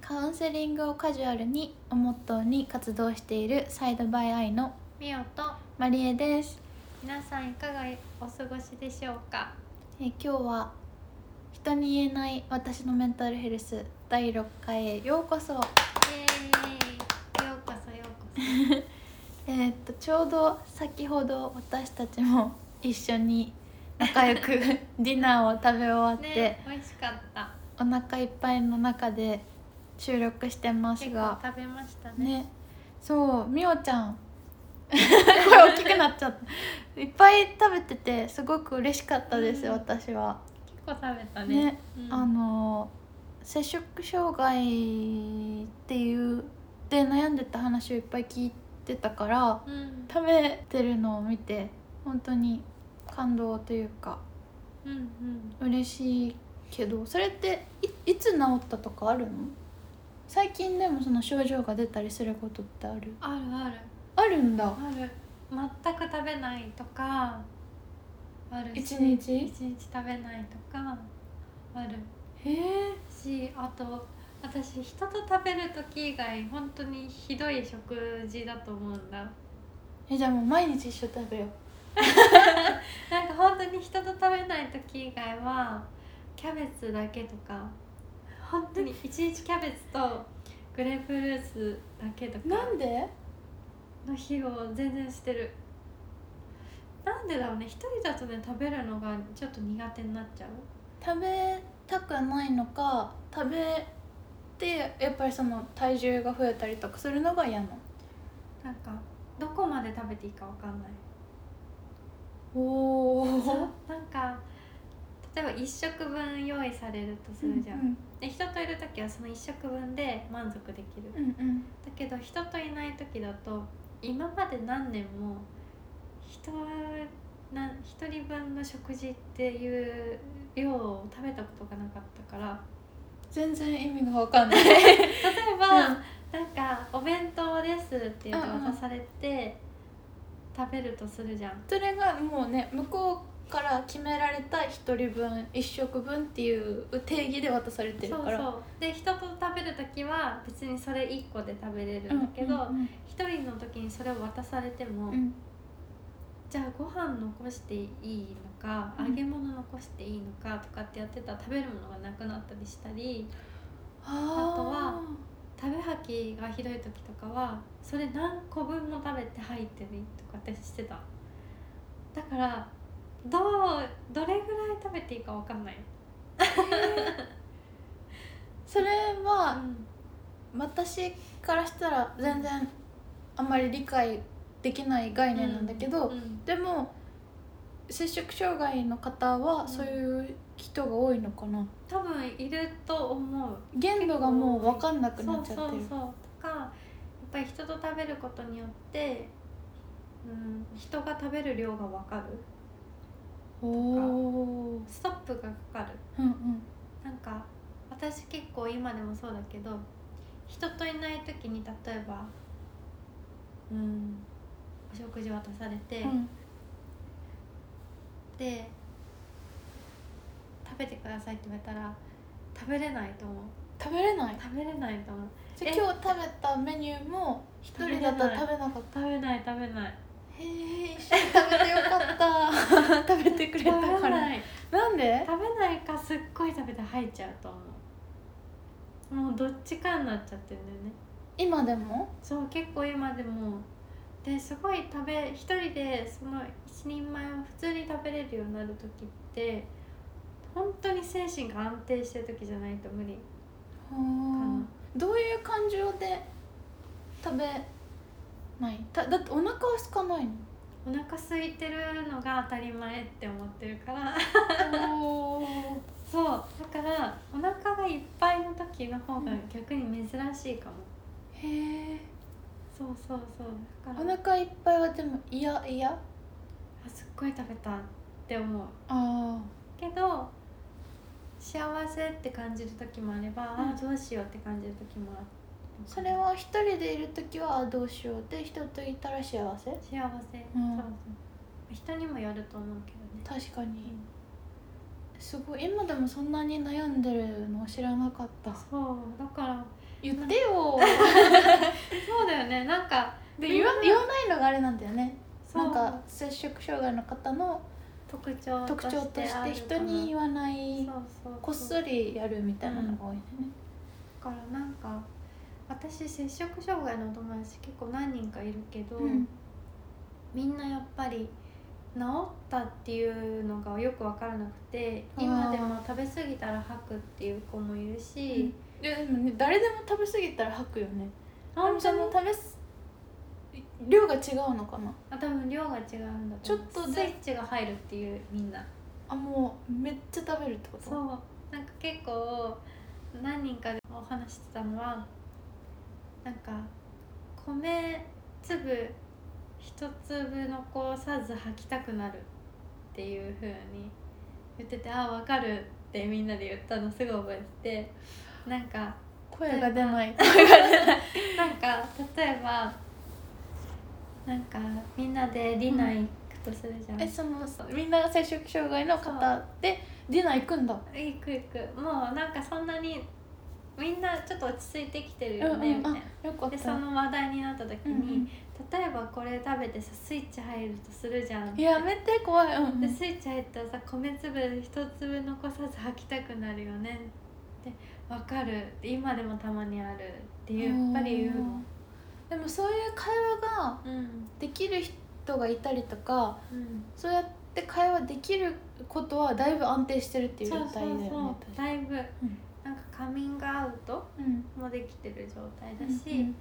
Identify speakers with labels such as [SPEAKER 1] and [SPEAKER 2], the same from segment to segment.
[SPEAKER 1] カウンセリングをカジュアルにをモットーに活動しているサイドバイアイの
[SPEAKER 2] みおと
[SPEAKER 1] マリエです
[SPEAKER 2] 皆さんいかがお過ごしでしょうか
[SPEAKER 1] えー今日は人に言えない私のメンタルヘルス第6回へようこそ
[SPEAKER 2] イエーイようこそようこ
[SPEAKER 1] えーっとちょうど先ほど私たちも一緒に仲良く ディナーを食べ終わっ
[SPEAKER 2] そ
[SPEAKER 1] て、
[SPEAKER 2] ね美味しかった
[SPEAKER 1] お腹いっぱいの中で収録してます
[SPEAKER 2] 結
[SPEAKER 1] が
[SPEAKER 2] 構食べましたね
[SPEAKER 1] ねそうみおちゃ ん声大きくなっちゃったいっぱい食べててすごく嬉しかったです、
[SPEAKER 2] うん
[SPEAKER 1] 私は
[SPEAKER 2] 結構食べたね
[SPEAKER 1] ね
[SPEAKER 2] うん
[SPEAKER 1] あの摂食障害っていうで悩んでた話をいっぱい聞いてたから
[SPEAKER 2] うん
[SPEAKER 1] 食べてるのを見て本当に感動というか
[SPEAKER 2] うんうん
[SPEAKER 1] 嬉しいけどそれっていいつ治ったとかあるの最近でもその症状が出たりすることってある
[SPEAKER 2] あるある
[SPEAKER 1] あるんだ
[SPEAKER 2] ある全く食べないとかあるし
[SPEAKER 1] 一日
[SPEAKER 2] 一日食べないとかある
[SPEAKER 1] へえ
[SPEAKER 2] しあと私人と食べる時以外本当にひどい食事だと思うんだ
[SPEAKER 1] えじゃあもう毎日一緒食べよ
[SPEAKER 2] なんか本当に人と食べない時以外はキャベツだけとか本当に一日キャベツとグレープフルーツだけと
[SPEAKER 1] う
[SPEAKER 2] か
[SPEAKER 1] なんで
[SPEAKER 2] の日を全然してるなんでだろうね一人だとね食べるのがちょっと苦手になっちゃう
[SPEAKER 1] 食べたくないのか食べてやっぱりその体重が増えたりとかするのが嫌なの
[SPEAKER 2] なんかどこまで食べていいかわかんない
[SPEAKER 1] お
[SPEAKER 2] そうなんか例えば1食分用意されるとするじゃん、
[SPEAKER 1] うん
[SPEAKER 2] で人といる時はその1食分で満足できる
[SPEAKER 1] うんうん
[SPEAKER 2] だけど人といない時だと今まで何年も人な一人分の食事っていう量を食べたことがなかったから
[SPEAKER 1] 全然意味が分かんない
[SPEAKER 2] 例えば、
[SPEAKER 1] うん
[SPEAKER 2] なんか「お弁当です」っていうの
[SPEAKER 1] うんう
[SPEAKER 2] を
[SPEAKER 1] ん
[SPEAKER 2] されて食べるとするじゃん。
[SPEAKER 1] それがもうね向こうから決められた一人分一食分っていう定義で渡されてる
[SPEAKER 2] そう
[SPEAKER 1] から
[SPEAKER 2] そうで人と食べる時は別にそれ1個で食べれるんだけど、
[SPEAKER 1] うん
[SPEAKER 2] 一人の時にそれを渡されても、
[SPEAKER 1] うんうん
[SPEAKER 2] じゃあご飯残していいのか、
[SPEAKER 1] うん
[SPEAKER 2] 揚げ物残していいのかとかってやってたら食べるものがなくなったりしたり
[SPEAKER 1] あ
[SPEAKER 2] とは食べ吐きがひどい時とかはそれ何個分も食べて吐いてるとかってしてただからどうどれぐらい食べていいかわかんない、
[SPEAKER 1] それ
[SPEAKER 2] う
[SPEAKER 1] は
[SPEAKER 2] ん、
[SPEAKER 1] 私からしたら全然あんまり理解できない概念なんだけど、
[SPEAKER 2] うん
[SPEAKER 1] でも摂食障害の方はそういう人が多いのかな、
[SPEAKER 2] 多分いると思う
[SPEAKER 1] 限度がもう分かんなくなっちゃってる
[SPEAKER 2] そうそうそうとかやっぱり人と食べることによって、うん、人が食べる量がわかる
[SPEAKER 1] おー
[SPEAKER 2] ストップがかかる
[SPEAKER 1] うんうん
[SPEAKER 2] なんか私結構今でもそうだけど人といない時に例えば、うん、お食事渡されて、
[SPEAKER 1] うん
[SPEAKER 2] で食べてくださいって言われたら食べれないと思う
[SPEAKER 1] 食べれない
[SPEAKER 2] 食べれないと思う
[SPEAKER 1] じゃあ
[SPEAKER 2] え
[SPEAKER 1] 今日食べたメニューも一人だったら食べなかっ
[SPEAKER 2] 食べない食べない
[SPEAKER 1] たへえ一緒に食べてよか った食べてくれた
[SPEAKER 2] 食べ
[SPEAKER 1] か
[SPEAKER 2] な
[SPEAKER 1] ら
[SPEAKER 2] い
[SPEAKER 1] なんで
[SPEAKER 2] 食べないかすっごい食べて吐いちゃうと思うもうどっちかになっちゃってるんだよね
[SPEAKER 1] 今でも
[SPEAKER 2] そう結構今でもですごい食べ一人でその一人前を普通に食べれるようになる時って本当に精神が安定してる時じゃないと無理
[SPEAKER 1] はあどういう感情で食べないただってお腹は空かないの
[SPEAKER 2] お腹空いてるのが当たり前って思ってるから
[SPEAKER 1] お
[SPEAKER 2] そうだからお腹がいっぱいの時の方が逆に珍しいかも、
[SPEAKER 1] へえ
[SPEAKER 2] そうそうそうだから
[SPEAKER 1] お腹いっぱいはでもいやいや
[SPEAKER 2] あすっごい食べたって思う
[SPEAKER 1] あ
[SPEAKER 2] けど幸せって感じる時もあれば、
[SPEAKER 1] うん
[SPEAKER 2] あどうしようって感じる時もある
[SPEAKER 1] それは一人でいる時はあどうしようで人といたら幸せ
[SPEAKER 2] 幸せ、
[SPEAKER 1] うん
[SPEAKER 2] そうそう人にもよると思うけどね
[SPEAKER 1] 確かにすごい今でもそんなに悩んでるの知らなかった
[SPEAKER 2] そうだから
[SPEAKER 1] 言ってよ
[SPEAKER 2] そうだよねなんか
[SPEAKER 1] で
[SPEAKER 2] みん
[SPEAKER 1] 言
[SPEAKER 2] な
[SPEAKER 1] わ言わないのがあれなんだよね
[SPEAKER 2] そう
[SPEAKER 1] なんか摂食障害の方の
[SPEAKER 2] 特徴
[SPEAKER 1] 特徴
[SPEAKER 2] あ
[SPEAKER 1] として
[SPEAKER 2] るかな
[SPEAKER 1] 人に言わな
[SPEAKER 2] そう
[SPEAKER 1] い
[SPEAKER 2] そうそう
[SPEAKER 1] こっそりやるみたいなのが多いね、
[SPEAKER 2] だからなんか私摂食障害のお友達結構何人かいるけど、
[SPEAKER 1] うん
[SPEAKER 2] みんなやっぱり治ったっていうのがよく分からなくて
[SPEAKER 1] あー
[SPEAKER 2] 今でも食べ過ぎたら吐くっていう子もいるし、
[SPEAKER 1] ででもね誰でも食べ過ぎたら吐くよね
[SPEAKER 2] あん、本
[SPEAKER 1] そ
[SPEAKER 2] 当
[SPEAKER 1] の
[SPEAKER 2] に
[SPEAKER 1] 食べす量が違うのかな
[SPEAKER 2] あ多分量が違うんだ
[SPEAKER 1] ちょっ
[SPEAKER 2] 思
[SPEAKER 1] と
[SPEAKER 2] う
[SPEAKER 1] で
[SPEAKER 2] スイッチが入るっていうみんな
[SPEAKER 1] あもうめっちゃ食べるってこと
[SPEAKER 2] そうなんか結構何人かでお話してたのはなんか米粒一粒残さず吐きたくなるっていう風に言っててああわかるってみんなで言ったのすぐ覚えててなんか
[SPEAKER 1] 声が出ない
[SPEAKER 2] なんか例えばなんかみんなでディナー行くとするじゃん、
[SPEAKER 1] えそのみんなが摂食障害の方でディナー行くんだ
[SPEAKER 2] 行く行くもうなんかそんなにみんなちょっと落ち着いてきてるよねみたいな、
[SPEAKER 1] あよかっ
[SPEAKER 2] でそ
[SPEAKER 1] た
[SPEAKER 2] の話題になった時に、
[SPEAKER 1] うんうん
[SPEAKER 2] 例えばこれ食べてさスイッチ入るとするじゃん
[SPEAKER 1] やめて怖い、うん、
[SPEAKER 2] でスイッチ入ったらさ米粒一粒残さず吐きたくなるよねってわかるって今でもたまにあるってやっぱり言うの
[SPEAKER 1] でもそういう会話が
[SPEAKER 2] うん
[SPEAKER 1] できる人がいたりとか
[SPEAKER 2] うん
[SPEAKER 1] そうやって会話できることはだいぶ安定してるっていう
[SPEAKER 2] そう
[SPEAKER 1] 状態
[SPEAKER 2] そ
[SPEAKER 1] だ
[SPEAKER 2] う
[SPEAKER 1] よね
[SPEAKER 2] そうだいぶ、なんかカミングアウト
[SPEAKER 1] うん
[SPEAKER 2] もできてる状態だし、
[SPEAKER 1] うん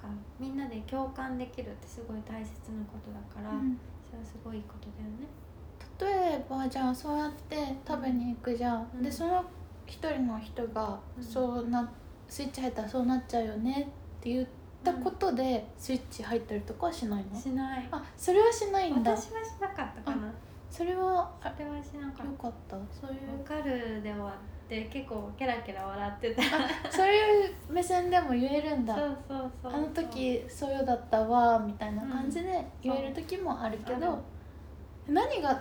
[SPEAKER 2] なんかみんなで共感できるってすごい大切なことだから、
[SPEAKER 1] うん
[SPEAKER 2] それはすごいいいことだよね
[SPEAKER 1] 例えばじゃあそうやって食べに行くじゃん、
[SPEAKER 2] うん
[SPEAKER 1] でその一人の人が
[SPEAKER 2] うん
[SPEAKER 1] そうな、スイッチ入ったらそうなっちゃうよねって言ったことで、スイッチ入ったりとかはしないの
[SPEAKER 2] しない
[SPEAKER 1] あそれはしないんだ
[SPEAKER 2] 私はしなかったかな
[SPEAKER 1] それはあよ
[SPEAKER 2] それはしなかった
[SPEAKER 1] かったそういう
[SPEAKER 2] わかるで終わって結構ケラケラ笑ってた
[SPEAKER 1] そういう目線でも言える ん だ
[SPEAKER 2] そうそうそう
[SPEAKER 1] あの時そうよだったわみたいな感じで言える時もあるけど、何が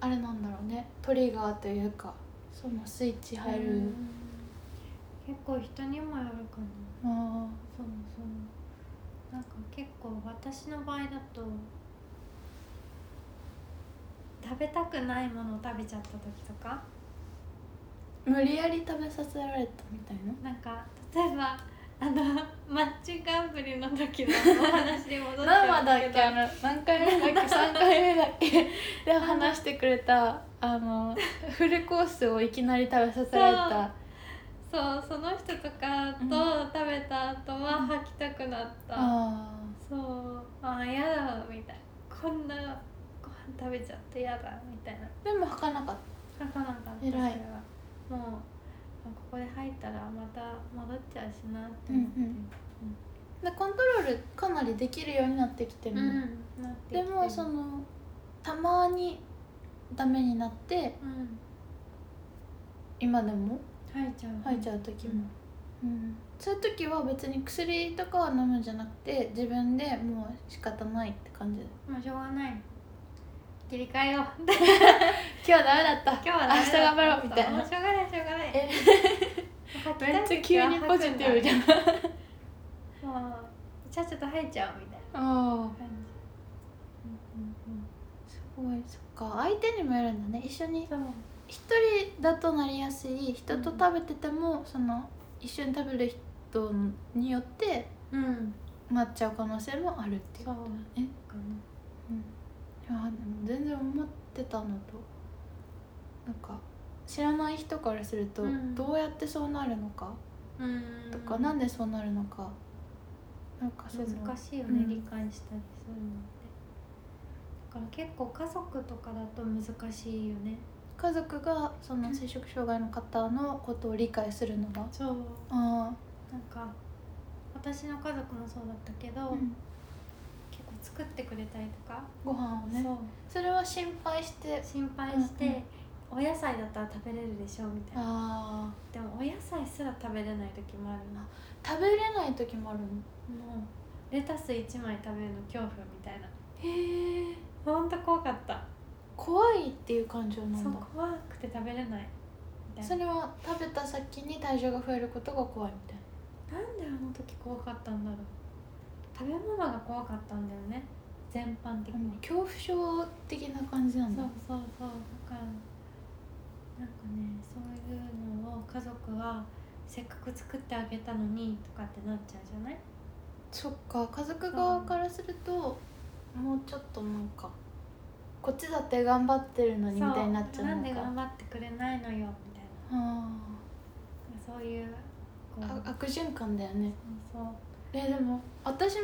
[SPEAKER 1] あれなんだろうねトリガーというかそのスイッチ入る、
[SPEAKER 2] うん結構人にもよるかな
[SPEAKER 1] あ
[SPEAKER 2] そうそうなんか結構私の場合だと食べたくないものを食べちゃった時とか
[SPEAKER 1] ー無理やり食べさせられたみたいな
[SPEAKER 2] なんか例えばあのマッチングアプリの時のお話に戻っちゃうんですけど
[SPEAKER 1] の何回目 だっけ3回目だっけで話してくれたあの フルコースをいきなり食べさせられた
[SPEAKER 2] そうその人とかと食べた後は
[SPEAKER 1] うん
[SPEAKER 2] 吐きたくなった、
[SPEAKER 1] あ
[SPEAKER 2] そうあーやだみたいなこんなご飯食べちゃってやだみたいな
[SPEAKER 1] ーでも吐かなかっ
[SPEAKER 2] 書かなかったそ
[SPEAKER 1] 偉い
[SPEAKER 2] れはもうあここで入ったらまた戻っちゃうしなって思って
[SPEAKER 1] うんたでコントロールかなりできるようになってきてる
[SPEAKER 2] う
[SPEAKER 1] の、
[SPEAKER 2] んなってきて
[SPEAKER 1] で
[SPEAKER 2] る
[SPEAKER 1] もそのたまにダメになって
[SPEAKER 2] うん
[SPEAKER 1] 今でも
[SPEAKER 2] 吐いちゃう
[SPEAKER 1] 吐いちゃう時も、うんそういう時は別に薬とかは飲むんじゃなくて自分でもう仕方ないって感じで
[SPEAKER 2] もうしょうがない切り替えよう
[SPEAKER 1] 今日はダメだった
[SPEAKER 2] 今日は
[SPEAKER 1] 明日頑張ろうみたい
[SPEAKER 2] もう
[SPEAKER 1] な
[SPEAKER 2] しょうがないしょうがない
[SPEAKER 1] え
[SPEAKER 2] 吐き
[SPEAKER 1] め
[SPEAKER 2] た
[SPEAKER 1] っ
[SPEAKER 2] い
[SPEAKER 1] ちゃ
[SPEAKER 2] 時
[SPEAKER 1] 急
[SPEAKER 2] は
[SPEAKER 1] にポジティブじゃん
[SPEAKER 2] ゃんもうちゃっちゃと吐いちゃうみたい
[SPEAKER 1] あ
[SPEAKER 2] な感じ
[SPEAKER 1] あすごいそっか相手にもよるんだね一緒に
[SPEAKER 2] そう
[SPEAKER 1] 一人だとなりやすい人と食べてても、その一緒に食べる人によって
[SPEAKER 2] うん
[SPEAKER 1] なっちゃう可能性もあるっていう
[SPEAKER 2] そう
[SPEAKER 1] え
[SPEAKER 2] かな
[SPEAKER 1] うん、いやでも全然思ってたのとなんか知らない人からすると、
[SPEAKER 2] うん
[SPEAKER 1] どうやってそうなるのか
[SPEAKER 2] うん
[SPEAKER 1] とか、なんでそうなるのかなんかその
[SPEAKER 2] 難しいよね、
[SPEAKER 1] うん
[SPEAKER 2] 理解したりするのってだから結構家族とかだと難しいよね
[SPEAKER 1] 家族がその摂食障害の方のことを理解するのが
[SPEAKER 2] そう
[SPEAKER 1] あ
[SPEAKER 2] なんか私の家族もそうだったけ
[SPEAKER 1] あ、
[SPEAKER 2] ど、
[SPEAKER 1] うん
[SPEAKER 2] 結構作ってくれたりとか、
[SPEAKER 1] ご飯をね
[SPEAKER 2] そう
[SPEAKER 1] それは心配して
[SPEAKER 2] 心配して、
[SPEAKER 1] うんうん
[SPEAKER 2] お野菜だったら食べれるでしょみたいな
[SPEAKER 1] あ
[SPEAKER 2] でもお野菜すら食べれない時もあるな
[SPEAKER 1] あ食べれない時もあるの
[SPEAKER 2] もうレタス1枚食べるの恐怖みたいな
[SPEAKER 1] へえ
[SPEAKER 2] ほんと怖かった
[SPEAKER 1] 怖いっていう感情なん
[SPEAKER 2] そう
[SPEAKER 1] だ
[SPEAKER 2] 怖くて食べれないみた
[SPEAKER 1] そ
[SPEAKER 2] いな
[SPEAKER 1] れは食べた先に体重が増えることが怖いみたい
[SPEAKER 2] なんであの時怖かったんだろう食べ物が怖かったんだよね全般的
[SPEAKER 1] な
[SPEAKER 2] に、
[SPEAKER 1] 恐怖症的な感じなん
[SPEAKER 2] そ
[SPEAKER 1] だ
[SPEAKER 2] うそうそうだからなんかねそういうのを家族はせっかく作ってあげたのにとかってなっちゃうじゃない
[SPEAKER 1] そっか家族側からするともうちょっとなんかこっちだって頑張ってるのにみたいになっちゃ
[SPEAKER 2] そう
[SPEAKER 1] う
[SPEAKER 2] なん
[SPEAKER 1] の
[SPEAKER 2] で
[SPEAKER 1] か
[SPEAKER 2] 頑張ってくれないのよみたいな
[SPEAKER 1] あ
[SPEAKER 2] そういうこう
[SPEAKER 1] ーあ悪循環だよね
[SPEAKER 2] そう
[SPEAKER 1] えでも私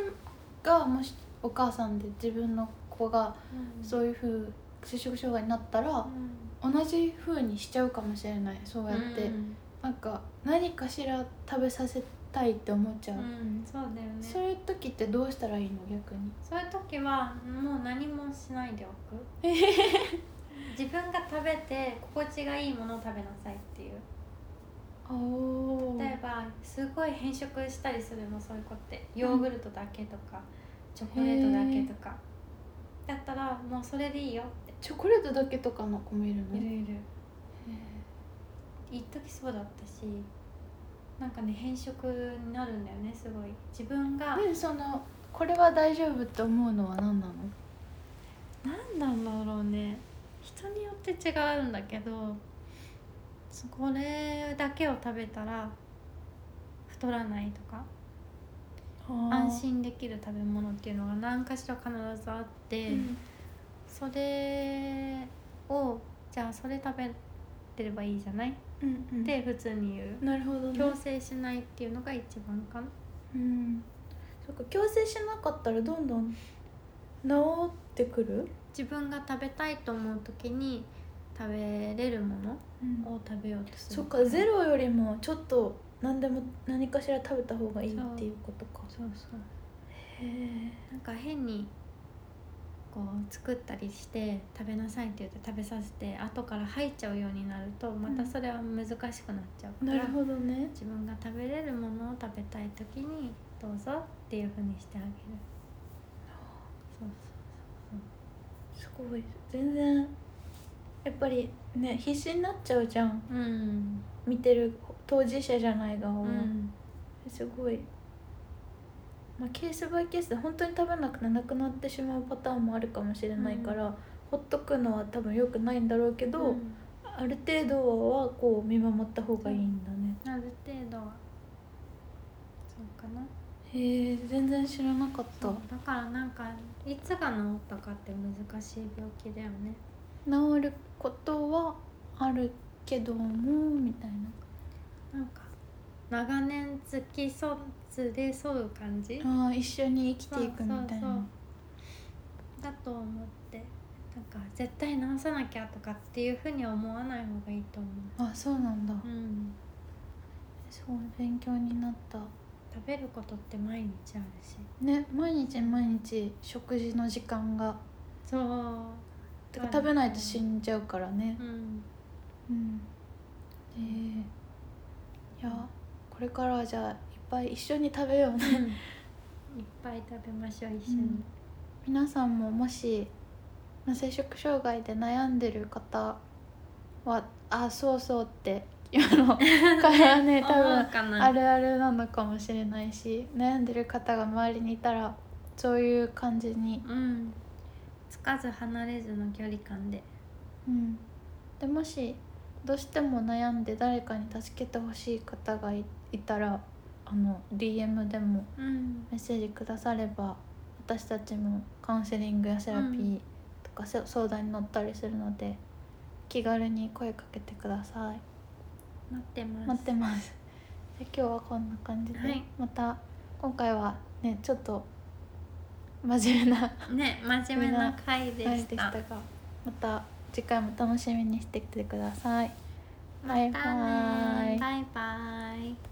[SPEAKER 1] がもしお母さんで自分の子が
[SPEAKER 2] う
[SPEAKER 1] そういうふう摂食障害になったら
[SPEAKER 2] ん、
[SPEAKER 1] 同じふうにしちゃうかもしれないそうやって、
[SPEAKER 2] うん
[SPEAKER 1] なんか何かしら食べさせたいって思っちゃう、
[SPEAKER 2] うんそうだよね
[SPEAKER 1] そういう時ってどうしたらいいの逆に
[SPEAKER 2] そういう時はもう何もしないでおく自分が食べて心地がいいものを食べなさいっていう
[SPEAKER 1] お
[SPEAKER 2] 例えばすごい変色したりするのそういう子ってヨーグルトだけとか、チョコレートだけとかだったらもうそれでいいよっ
[SPEAKER 1] チョコレートだけとかの子もいるの
[SPEAKER 2] ているいる
[SPEAKER 1] へ
[SPEAKER 2] 一時そうだったしなんかね変色になるんだよねすごい自分が
[SPEAKER 1] えでそのこれは大丈夫って思うのは何なの
[SPEAKER 2] 何なんだろうね人によって違うんだけどそこれだけを食べたら太らないとか安心できる食べ物っていうのが何かしら必ずあって、
[SPEAKER 1] うん
[SPEAKER 2] それをじゃあそれ食べてればいいじゃないっ
[SPEAKER 1] うんうん
[SPEAKER 2] て普通に言う、
[SPEAKER 1] なるほどね
[SPEAKER 2] 強制しないっていうのが一番かな
[SPEAKER 1] うんそっか矯正しなかったらどんどん治ってくる、
[SPEAKER 2] 自分が食べたいと思う時に食べれるものを食べようとする
[SPEAKER 1] そっかゼロよりもちょっと何でも何かしら食べた方がいいっていうことか
[SPEAKER 2] そうそう
[SPEAKER 1] へえ
[SPEAKER 2] なんか変にこう作ったりして食べなさいって言って食べさせて後から入っちゃうようになるとまたそれは難しくなっちゃうから、
[SPEAKER 1] なるほどね
[SPEAKER 2] 自分が食べれるものを食べたい時にどうぞっていうふうにしてあげるそう
[SPEAKER 1] すごい全然やっぱりね必死になっちゃうじゃん
[SPEAKER 2] そううん、
[SPEAKER 1] 見てる当事者じゃない側は、
[SPEAKER 2] うん、
[SPEAKER 1] すごい、まあ、ケースバイケースで本当に食べなくてなくなってしまうパターンもあるかもしれないから、ほっとくのは多分良くないんだろうけど、
[SPEAKER 2] うん
[SPEAKER 1] ある程度はこう見守った方がいいんだね、
[SPEAKER 2] ある程度はそうかな
[SPEAKER 1] へえ全然知らなかっ
[SPEAKER 2] そうだからなんかいつが治ったかって難しい病気だよね
[SPEAKER 1] 治ることはあるけどもみたい
[SPEAKER 2] なんか長年付き添ずれ添う感じ
[SPEAKER 1] なあー一緒に生きていくみたい
[SPEAKER 2] そうそうそう
[SPEAKER 1] な
[SPEAKER 2] だと思ってなんか絶対直さなきゃとかっていうふうには思わない方がいいと思
[SPEAKER 1] あそうなんだ
[SPEAKER 2] う、うん、
[SPEAKER 1] すごい勉強になった
[SPEAKER 2] 食べることって毎日あるし
[SPEAKER 1] ね毎日毎日食事の時間が
[SPEAKER 2] そう、
[SPEAKER 1] てか食べないと死んじゃうからね
[SPEAKER 2] うん、
[SPEAKER 1] うんええいやこれからはじゃあいっぱい一緒に食べようね
[SPEAKER 2] いっぱい食べましょう一緒に、
[SPEAKER 1] うん皆さんももしまあ摂食障害で悩んでる方はあそうそうって今 の会話ね多
[SPEAKER 2] 思
[SPEAKER 1] 分
[SPEAKER 2] うかな
[SPEAKER 1] あるあるなのかもしれないし悩んでる方が周りにいたらそういう感じに、
[SPEAKER 2] うんつかず離れずの距離感で
[SPEAKER 1] うん、でもしどうしても悩んで誰かに助けてほしい方がいいたらあの DM でも
[SPEAKER 2] うん
[SPEAKER 1] メッセージくだされば私たちもカウンセリングやセラピ
[SPEAKER 2] う
[SPEAKER 1] ーとかせ相談に乗ったりするので気軽に声かけてください
[SPEAKER 2] 待ってます
[SPEAKER 1] 待ってますじゃあ今日はこんな感じで、
[SPEAKER 2] はい
[SPEAKER 1] また今回はねちょっと真面目な
[SPEAKER 2] ね真面目な回で
[SPEAKER 1] 回
[SPEAKER 2] し
[SPEAKER 1] でしたたがまた次回も楽しみにしてきてくださいバイバ
[SPEAKER 2] またね
[SPEAKER 1] イ
[SPEAKER 2] バイバイ